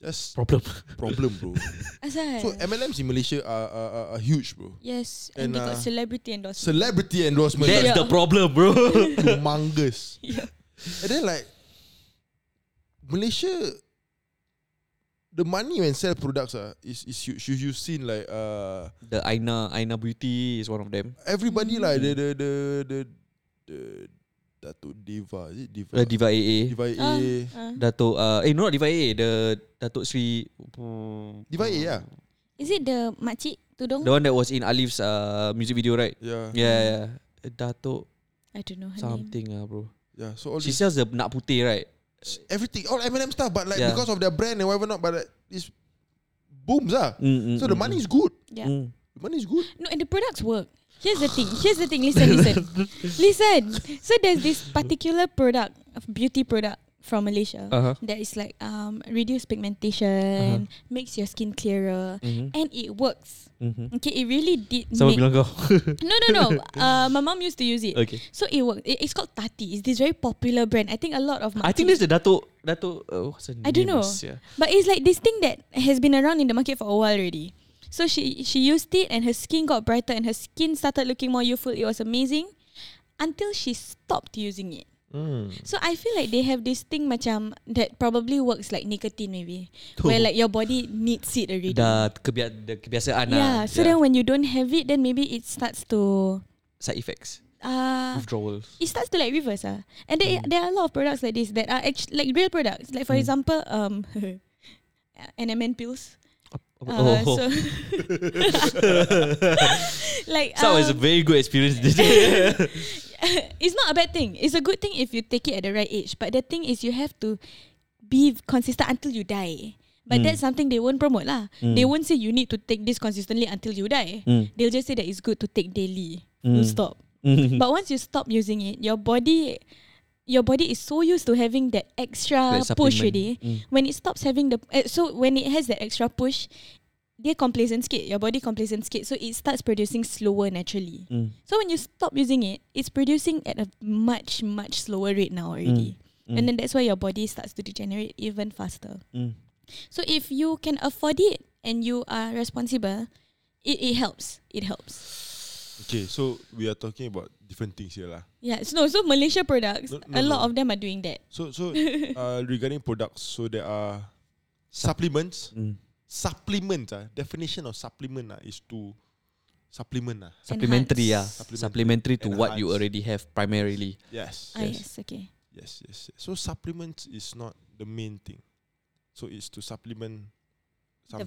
Speaker 4: just
Speaker 2: Problem
Speaker 4: problem, bro.
Speaker 3: asal?
Speaker 4: so MLMs in Malaysia are are, are, are huge, bro.
Speaker 3: yes, and,
Speaker 4: and,
Speaker 3: they got
Speaker 4: uh,
Speaker 3: celebrity endorsement.
Speaker 4: Celebrity endorsement
Speaker 2: That's
Speaker 4: like
Speaker 2: the problem bro
Speaker 4: [laughs] humongous,
Speaker 3: yeah.
Speaker 4: and then like Malaysia. The money when sell products ah is is huge. You you've seen like uh
Speaker 2: [laughs] The Aina Aina Beauty Is one of them
Speaker 4: everybody lah the the the the the Dato Deva is it
Speaker 2: uh,
Speaker 4: Deva
Speaker 2: Diva AA
Speaker 4: Diva A
Speaker 3: Ah, ah.
Speaker 2: Dato uh, Eh no not Diva AA The Dato Sri hmm,
Speaker 4: Diva A yeah
Speaker 3: Is it the makcik tudung?
Speaker 2: The one that was in Alif's uh, Music video right
Speaker 4: yeah
Speaker 2: Yeah yeah Dato
Speaker 3: I don't know her name.
Speaker 2: Something lah bro
Speaker 4: yeah so all
Speaker 2: She
Speaker 4: this,
Speaker 2: sells the nak putih right
Speaker 4: everything all M&M stuff but like
Speaker 2: Yeah.
Speaker 4: because of their brand and whatever not but like, it's booms ah
Speaker 2: Mm, mm,
Speaker 4: so the
Speaker 2: mm,
Speaker 4: money
Speaker 2: mm.
Speaker 4: is good
Speaker 3: Yeah.
Speaker 2: Mm.
Speaker 4: the money is good
Speaker 3: No, and the products work. Here's the
Speaker 4: [sighs]
Speaker 3: thing. Here's the thing. Listen,
Speaker 4: [laughs]
Speaker 3: listen, listen. So there's this particular product, of beauty product from Malaysia
Speaker 2: Uh-huh.
Speaker 3: that is like um reduce pigmentation, makes your skin clearer,
Speaker 2: Mhm.
Speaker 3: and it works.
Speaker 2: Mhm.
Speaker 3: Okay, it really did.
Speaker 2: Sama
Speaker 3: make-
Speaker 2: bilang kau
Speaker 3: [laughs] No, no,
Speaker 2: [laughs]
Speaker 3: no. Uh, my mom used to use it.
Speaker 2: Okay
Speaker 3: So it worked. It, it's called Tati. It's this very popular brand. I think a lot of.
Speaker 2: I think that's
Speaker 3: markets-
Speaker 2: the Dato Dato uh, what's her
Speaker 3: I don't
Speaker 2: name
Speaker 3: know.
Speaker 2: is, yeah.
Speaker 3: But it's like this thing that has been around in the market for a while already. So she she used it and her skin got brighter and her skin started looking more youthful. It was amazing until she stopped using it.
Speaker 2: Mm.
Speaker 3: So I feel like they have this thing macam that probably works like nicotine maybe. Where like your body needs it already.
Speaker 2: Dah kebia dah kebiasaan lah
Speaker 3: yeah. So then when you don't have it then maybe it starts to
Speaker 2: Side effects
Speaker 3: uh
Speaker 2: Withdrawals
Speaker 3: it starts to like reverse ah. And there,
Speaker 2: Mm.
Speaker 3: there are a lot of products like this that are actually like real products. Like for example, um, [laughs] NMN pills. Uh,
Speaker 2: [laughs] oh.
Speaker 3: So [laughs] like
Speaker 2: So it's a
Speaker 3: um,
Speaker 2: very good experience
Speaker 3: [laughs]
Speaker 2: yeah.
Speaker 3: it's not a bad thing. It's a good thing if you take it at the right age. But the thing is, you have to be consistent until you die. But
Speaker 2: Mm.
Speaker 3: that's something they won't promote lah.
Speaker 2: Mm.
Speaker 3: They won't say you need to take this consistently until you die.
Speaker 2: Mm.
Speaker 3: They'll just say that it's good to take daily.
Speaker 2: Mm.
Speaker 3: You stop.
Speaker 2: [laughs]
Speaker 3: But once you stop using it, your body your body is so used to having that extra
Speaker 2: That supplement.
Speaker 3: push already.
Speaker 2: Mm.
Speaker 3: When it stops having the eh, so when it has that extra push, they complacent skate. Your body complacent skate. So it starts producing slower naturally.
Speaker 2: Mm.
Speaker 3: So when you stop using it, it's producing at a much, much slower rate now already.
Speaker 2: Mm.
Speaker 3: And then that's why your body starts to degenerate even faster.
Speaker 2: Mm.
Speaker 3: So if you can afford it and you are responsible, it, it helps. It helps.
Speaker 4: Okay, so we are talking about different things here lah.
Speaker 3: Yeah. So no, so Malaysia products,
Speaker 4: No,
Speaker 3: a
Speaker 4: no,
Speaker 3: lot
Speaker 4: no.
Speaker 3: of them are doing that.
Speaker 4: So so uh, regarding products, so there are supplements.
Speaker 2: Mm.
Speaker 4: Supplements ah, definition of supplement ah is to supplement ah.
Speaker 2: Supplementary, yeah.
Speaker 4: Supplementary.
Speaker 2: Supplementary to what you
Speaker 4: Enhance.
Speaker 2: already have primarily.
Speaker 4: Yes.
Speaker 3: Ah, yes. Okay.
Speaker 4: Yes, yes, yes. So supplements is not the main thing. So it's to supplement something.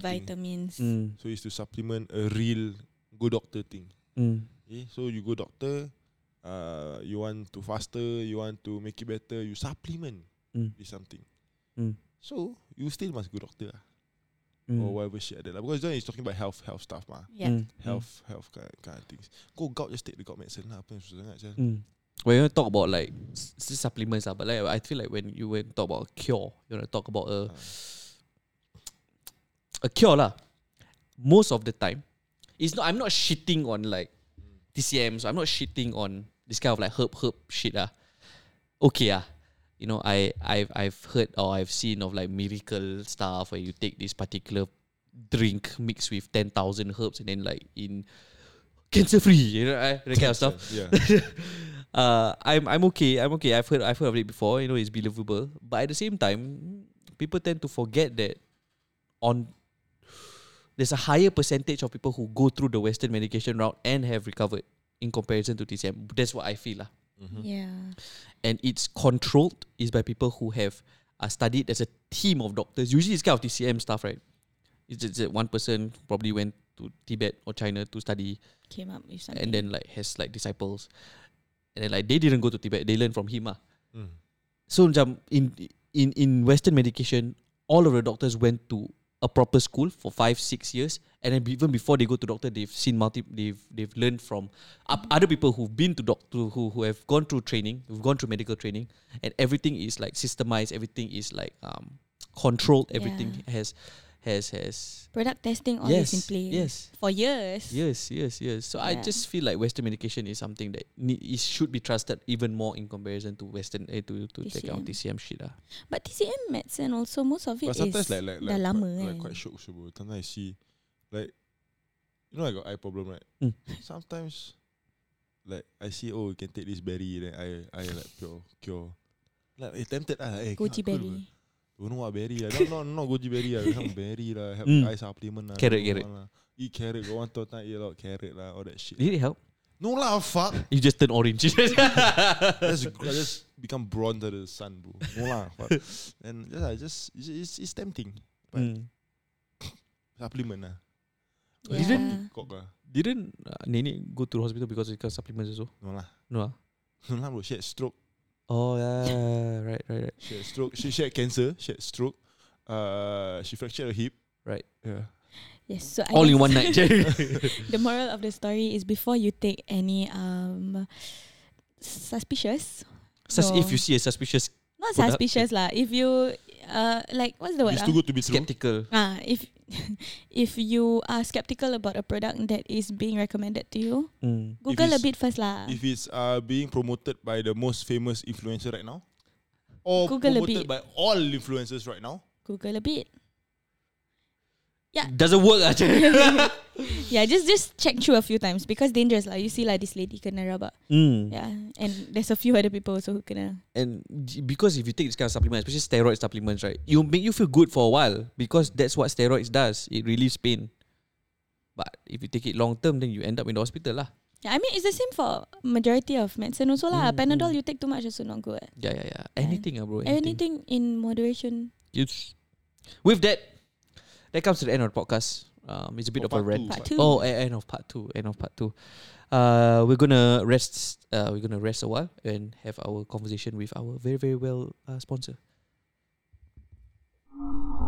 Speaker 3: The vitamins.
Speaker 2: Mm.
Speaker 4: So it's to supplement a real go doctor thing.
Speaker 2: Mm.
Speaker 4: Okay? So you go doctor, uh, you want to faster, you want to make it better, you supplement
Speaker 2: Mm.
Speaker 4: with something.
Speaker 2: Mm.
Speaker 4: So you still must go doctor lah,
Speaker 2: Mm.
Speaker 4: or whatever shit like that. lah. Because then he's talking about health, health stuff mah.
Speaker 3: Yeah.
Speaker 2: Mm.
Speaker 4: Health, health kind, kind of things. Go gout, just take the gout medicine lah. Apa yang susah sangat sia.
Speaker 3: [laughs]
Speaker 2: Mm. When you talk about like s- s- supplements, ah, but like I feel like when you when talk about cure, you want to talk about a a cure lah. Most of the time, it's not. I'm not shitting on like TCM, so I'm not shitting on this kind of like herb herb shit ah. Okay ah, you know I I've I've heard or I've seen of like miracle stuff where you take this particular drink mixed with ten thousand herbs and then like in cancer free, you know, I, that kind of stuff
Speaker 4: Yeah.
Speaker 2: uh, I'm I'm okay. I'm okay. I've heard I've heard of it before. You know, it's believable. But at the same time, people tend to forget that on there's a higher percentage of people who go through the Western medication route and have recovered in comparison to TCM. That's what I feel lah.
Speaker 3: Yeah.
Speaker 2: And it's controlled is by people who have are studied as a team of doctors. Usually, it's kind of TCM stuff, right? It's just that one person probably went to Tibet or China to study
Speaker 3: Came up with something.
Speaker 2: and then like has like disciples, and then like they didn't go to Tibet, they learned from him ah.
Speaker 4: Mm.
Speaker 2: So macam in in in Western medication, all of the doctors went to a proper school for five six years, and then be- even before they go to doctor, they've seen multi they've they've learned from up other people who've been to doctor who who have gone through training, who've gone through medical training, and everything is like systemized, everything is like um controlled, everything has has has
Speaker 3: Product testing all
Speaker 2: Yes,
Speaker 3: is in place.
Speaker 2: yes.
Speaker 3: For years.
Speaker 2: Yes, yes, yes. So I
Speaker 3: Yeah.
Speaker 2: just feel like Western medication is something that ne- it should be trusted even more in comparison to Western eh, to to take out TCM shit ah. lah.
Speaker 3: But TCM medicine also most of it
Speaker 4: But
Speaker 3: is
Speaker 4: sometimes like like
Speaker 3: dah
Speaker 4: like,
Speaker 3: lama
Speaker 4: quite, like
Speaker 3: kan.
Speaker 4: quite shocked also bro. Sometimes I see like you know I got eye problem right.
Speaker 2: Mm.
Speaker 4: Sometimes like I see oh you can take this berry then I I like cure cure. Like eh, tempted lah. Eh,
Speaker 3: Goji
Speaker 4: cannot,
Speaker 3: berry.
Speaker 4: cool. Don't know what berry ah. lah. Not not not goji berry lah.
Speaker 3: [laughs]
Speaker 4: Some berry lah. Have
Speaker 2: Mm.
Speaker 4: eye supplement lah.
Speaker 2: Carrot, carrot.
Speaker 4: don't know what lah. Eat carrot. Got one time eat a lot of carrot lah. All
Speaker 3: Eh.
Speaker 4: that shit.
Speaker 2: Did it help?
Speaker 4: No lah, fuck.
Speaker 2: You just turn [laughs] orange.
Speaker 4: That's I just become bronze at the sun, bro. No lah, fuck. And yeah, just it's, it's, it's tempting. But
Speaker 2: Mm.
Speaker 4: supplement lah.
Speaker 3: Yeah.
Speaker 2: Didn't-
Speaker 4: Kok lah.
Speaker 2: Didn't uh, Nenek go to the hospital because it got supplements also?
Speaker 4: No lah.
Speaker 2: No. ah?
Speaker 4: No lah bro. She had stroke.
Speaker 2: Oh yeah, right, right, right.
Speaker 4: She had stroke. She, she had cancer. She had stroke. Uh, she fractured her hip.
Speaker 2: Right.
Speaker 4: Yeah.
Speaker 3: Yes. So I
Speaker 2: All in
Speaker 3: guess
Speaker 2: one
Speaker 3: [laughs]
Speaker 2: night.
Speaker 3: the moral of the story is before you take any um suspicious
Speaker 2: Sus-
Speaker 3: No.
Speaker 2: If you see a suspicious
Speaker 3: not
Speaker 2: Product.
Speaker 3: suspicious lah. If you uh like what's the word?
Speaker 4: It's
Speaker 3: ah?
Speaker 4: too good to be true.
Speaker 2: skeptical,
Speaker 3: Ah, if [laughs] if you are skeptical about a product that is being recommended to you,
Speaker 2: mm.
Speaker 3: Google a
Speaker 4: it's-
Speaker 3: bit first lah.
Speaker 4: If it's uh, being promoted by the most famous influencer right now, or
Speaker 3: Google a bit.
Speaker 4: promoted by all influencers right now,
Speaker 3: Google a bit.
Speaker 2: doesn't work. ah, [laughs]
Speaker 3: Yeah, just just check through a few times because dangerous lah. You see lah, this lady kena rabak.
Speaker 2: mm.
Speaker 3: Yeah, and there's a few other people also who kena.
Speaker 2: and j- because if you take this kind of supplement, especially steroid supplements, right, it will make you feel good for a while because that's what steroids does. It relieves pain. But if you take it long term, then you end up in the hospital lah.
Speaker 3: Yeah, I mean it's the same for majority of medicine also lah. Panadol you take too much also not good.
Speaker 2: Yeah, yeah, yeah. Anything, ah, bro. Anything.
Speaker 3: Anything in moderation.
Speaker 2: It's- With that, that comes to the end of the podcast. Um, it's a bit of
Speaker 4: Oh,
Speaker 2: a
Speaker 4: part
Speaker 2: rant.
Speaker 4: two.
Speaker 3: Part
Speaker 4: But-
Speaker 3: two.
Speaker 2: Oh, e- end of part two. End of part two. Uh, we're gonna rest. Uh, we're gonna rest a while and have our conversation with our very, very well uh, sponsor.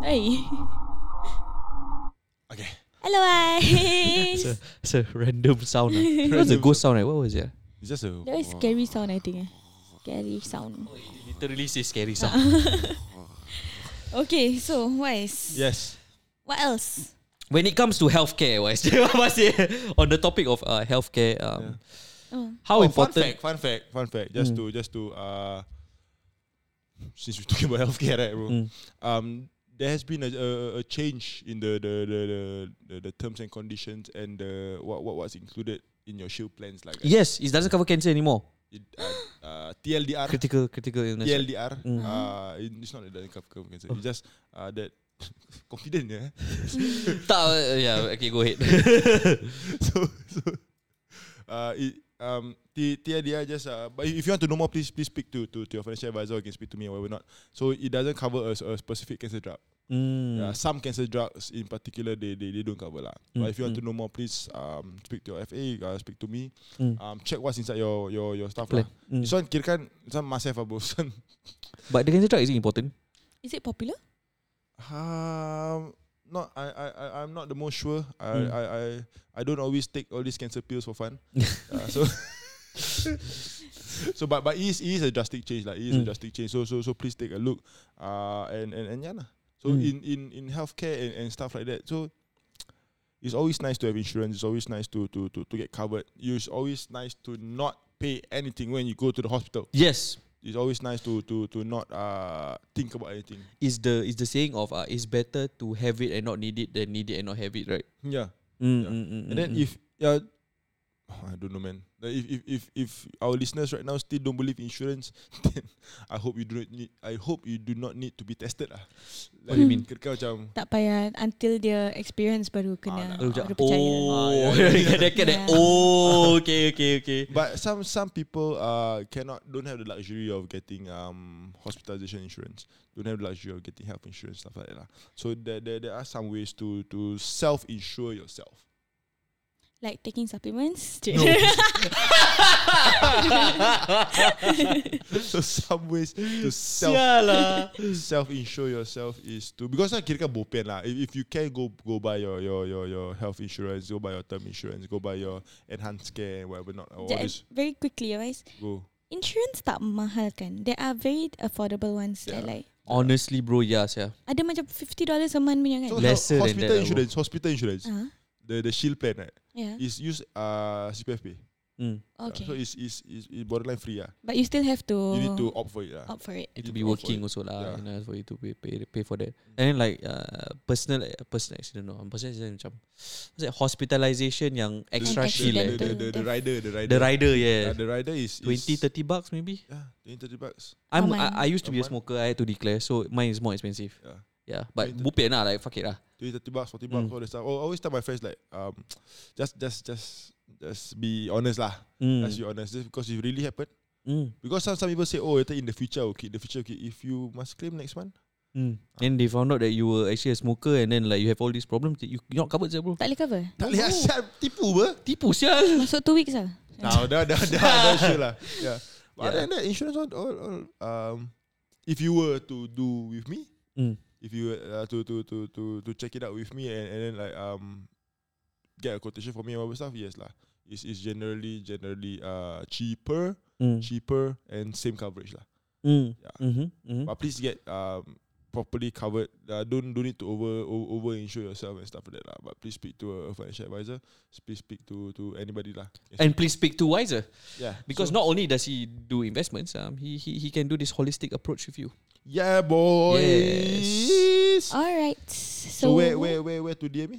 Speaker 3: Hey. Hello guys.
Speaker 2: [laughs] It's a, it's a random sound. ah.
Speaker 4: [laughs]
Speaker 2: It was a
Speaker 4: Random
Speaker 2: ghost sound, right? What was it? ah?
Speaker 4: It's just a
Speaker 3: that was scary sound I think. eh. Scary sound.
Speaker 2: Literally say scary sound.
Speaker 3: Okay, so what is
Speaker 4: Yes.
Speaker 3: what else?
Speaker 2: [laughs] when it comes to healthcare, [laughs] wise, apa sih? on the topic of uh, healthcare, um,
Speaker 3: Oh.
Speaker 2: how
Speaker 4: Oh, fun
Speaker 2: important?
Speaker 4: fact, fun fact, fun fact. Just to just to uh, since we're [laughs] talking about healthcare, right, bro?
Speaker 2: Mm.
Speaker 4: Um, there has been a, a, a change in the the, the the the the terms and conditions and the what what was included in your shield plans, like uh,
Speaker 2: Yes, it doesn't cover cancer anymore.
Speaker 4: it, uh, uh, TLDR.
Speaker 2: Critical, critical illness.
Speaker 4: TLDR.
Speaker 2: Mm.
Speaker 4: Uh, it- it's not that it doesn't cover cover cancer. It's just uh, that [laughs] confident, yeah.
Speaker 2: [laughs] Tak, uh, yeah, okay, go ahead. [laughs]
Speaker 4: [laughs] so, so uh, it, um, T- TIDI just uh, but if you want to know more, please please speak to to, to your financial advisor. Or you can speak to me or whatnot. So it doesn't cover a, s- a specific cancer drug.
Speaker 2: Mm.
Speaker 4: Yeah, some cancer drugs in particular they they, they don't cover lah.
Speaker 2: Mm,
Speaker 4: But if you want
Speaker 2: mm.
Speaker 4: to know more, please um speak to your FA. Uh, speak to me.
Speaker 2: Mm.
Speaker 4: Um, check what's inside your your your stuff
Speaker 2: Plan.
Speaker 4: lah.
Speaker 2: Mm.
Speaker 4: This one kira kan this one must have a bro. [laughs] This one,
Speaker 2: But the cancer drug is it important?
Speaker 3: Is it popular?
Speaker 4: um, not I I I- I'm not the most sure. I
Speaker 2: Mm.
Speaker 4: I I I don't always take all these cancer pills for fun. Uh, so [laughs] so but but it is, it is a drastic change like it is a
Speaker 2: Mm.
Speaker 4: drastic change so so so please take a look uh and and, and yeah lah. so
Speaker 2: Mm.
Speaker 4: in in in healthcare and, and stuff like that so it's always nice to have insurance it's always nice to to to, to get covered it's always nice to not pay anything when you go to the hospital
Speaker 2: [laughs] yes,
Speaker 4: it's always nice to to to not uh think about anything
Speaker 2: is the is the saying of uh, it's better to have it and not need it than need it and not have it, right?
Speaker 4: yeah
Speaker 2: Mm,
Speaker 4: Yeah.
Speaker 2: mm, mm,
Speaker 4: And then
Speaker 2: mm,
Speaker 4: if yeah, [sighs] I don't know, man. Like if, if if if our listeners right now still don't believe insurance, [laughs] then I hope you do not need. I hope you do not need to be tested lah.
Speaker 2: What
Speaker 4: Like,
Speaker 2: do you mean?
Speaker 4: Kira kau macam
Speaker 3: Tak payah until dia experience baru
Speaker 4: Ah,
Speaker 3: kena
Speaker 4: nah.
Speaker 2: Baru macam,
Speaker 3: baru percaya.
Speaker 2: Oh,
Speaker 4: [laughs] Ah,
Speaker 2: yeah,
Speaker 4: yeah,
Speaker 2: [laughs] yeah,
Speaker 4: yeah.
Speaker 2: yeah.
Speaker 3: Yeah.
Speaker 2: Oh, okay, okay, okay.
Speaker 4: But some some people uh cannot don't have the luxury of getting um hospitalization insurance. Don't have the luxury of getting health insurance stuff like that. lah. So there, there there are some ways to to self insure yourself.
Speaker 3: Like taking supplements. [laughs]
Speaker 4: No. so some ways to self
Speaker 2: Sialah.
Speaker 4: self insure yourself is to because I kira bo pian lah. If, if you can go go buy your your your your health insurance, go buy your term insurance, go buy your enhanced care and whatever not. All
Speaker 3: Ja-
Speaker 4: Oh, this
Speaker 3: very quickly, guys.
Speaker 4: go.
Speaker 3: Insurance tak mahal kan? There are very affordable ones that
Speaker 4: Yeah.
Speaker 3: like
Speaker 2: Honestly, bro, yes, yeah.
Speaker 3: ada macam $50 a month punya kan?
Speaker 4: So
Speaker 2: Lesser than
Speaker 4: hospital
Speaker 2: that, lah,
Speaker 4: insurance, hospital insurance,
Speaker 3: Ah,
Speaker 4: the the shield plan right,
Speaker 3: yeah.
Speaker 4: is use uh CPFP.
Speaker 2: Mm.
Speaker 3: Uh-huh. Okay.
Speaker 4: So it's is is is borderline free ah.
Speaker 3: But you still have to
Speaker 4: You need to opt for it ah. lah.
Speaker 3: opt for it.
Speaker 2: Need to
Speaker 4: You
Speaker 2: be
Speaker 4: go for
Speaker 2: working
Speaker 4: it.
Speaker 2: also lah,
Speaker 4: Yeah.
Speaker 2: you know, for you to pay pay, pay for that. And then like uh, personal uh, personal accident, no, personal accident macam what's that hospitalization yang extra
Speaker 3: An
Speaker 2: shield,
Speaker 4: the,
Speaker 2: eh.
Speaker 4: the, the, the, the rider, the rider,
Speaker 2: the rider,
Speaker 4: Uh,
Speaker 2: yeah,
Speaker 4: the rider is, is
Speaker 2: 20, 30 bucks maybe.
Speaker 4: Yeah, 20, 30 bucks.
Speaker 2: I'm
Speaker 3: mine.
Speaker 2: I, I used to be
Speaker 4: A
Speaker 2: a
Speaker 4: month.
Speaker 2: smoker. I had to declare, so mine is more expensive.
Speaker 4: Yeah.
Speaker 2: Yeah, but
Speaker 4: Twenty-
Speaker 2: bupen lah, like fuck it lah.
Speaker 4: 20, 30 bucks, 40 bucks,
Speaker 2: Mm.
Speaker 4: all that stuff. Oh, I always tell my friends like, um, just, just, just, just be honest lah.
Speaker 2: Mm.
Speaker 4: Let's be honest, just because it really happened.
Speaker 2: Mm.
Speaker 4: Because some, some people say, oh, later in the future, okay, the future, okay, if you must claim next month,
Speaker 2: Mm. Then they found out that you were actually a smoker, and then like you have all these problems. That you you're not covered, sir, bro.
Speaker 3: Tak boleh
Speaker 4: [laughs]
Speaker 3: cover?
Speaker 4: tak boleh asal tipu ber.
Speaker 2: Tipu [laughs] sial.
Speaker 3: Masuk 2 weeks lah.
Speaker 4: [laughs] Now, dah, dah, dah, dah,
Speaker 2: [laughs]
Speaker 4: sure lah. Yeah.
Speaker 2: Yeah.
Speaker 4: But other than that, insurance all, all, all, um, if you were to do with me,
Speaker 2: Mm.
Speaker 4: if you were uh, to, to, to, to, to check it out with me and, and then like, um, get a quotation for me or stuff, yes lah. It's, it's generally, generally, uh, cheaper,
Speaker 2: Mm.
Speaker 4: cheaper and same coverage lah.
Speaker 2: Mm.
Speaker 4: Yeah.
Speaker 2: Mm-hmm. Mm-hmm.
Speaker 4: But please get um properly covered. Uh, don't don't need to over o- over insure yourself and stuff like that lah. But please speak to a financial advisor. Please speak to to anybody lah. Yes.
Speaker 2: And please speak to Wiser
Speaker 4: yeah,
Speaker 2: because
Speaker 4: so-
Speaker 2: not only does he do investments, um, he he he can do this holistic approach with you.
Speaker 4: yeah, boys.
Speaker 2: Yes.
Speaker 3: Alright.
Speaker 4: So,
Speaker 3: So,
Speaker 4: where where where where to DM me?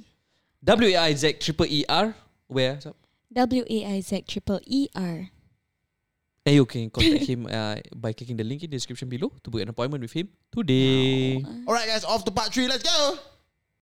Speaker 2: W A I Z triple E R. Where? Sup?
Speaker 3: W-A-I-Z triple E-R.
Speaker 2: And you can contact him uh, by clicking the link in the description below to book an appointment with him today.
Speaker 4: All right, guys, off to part three. Let's go.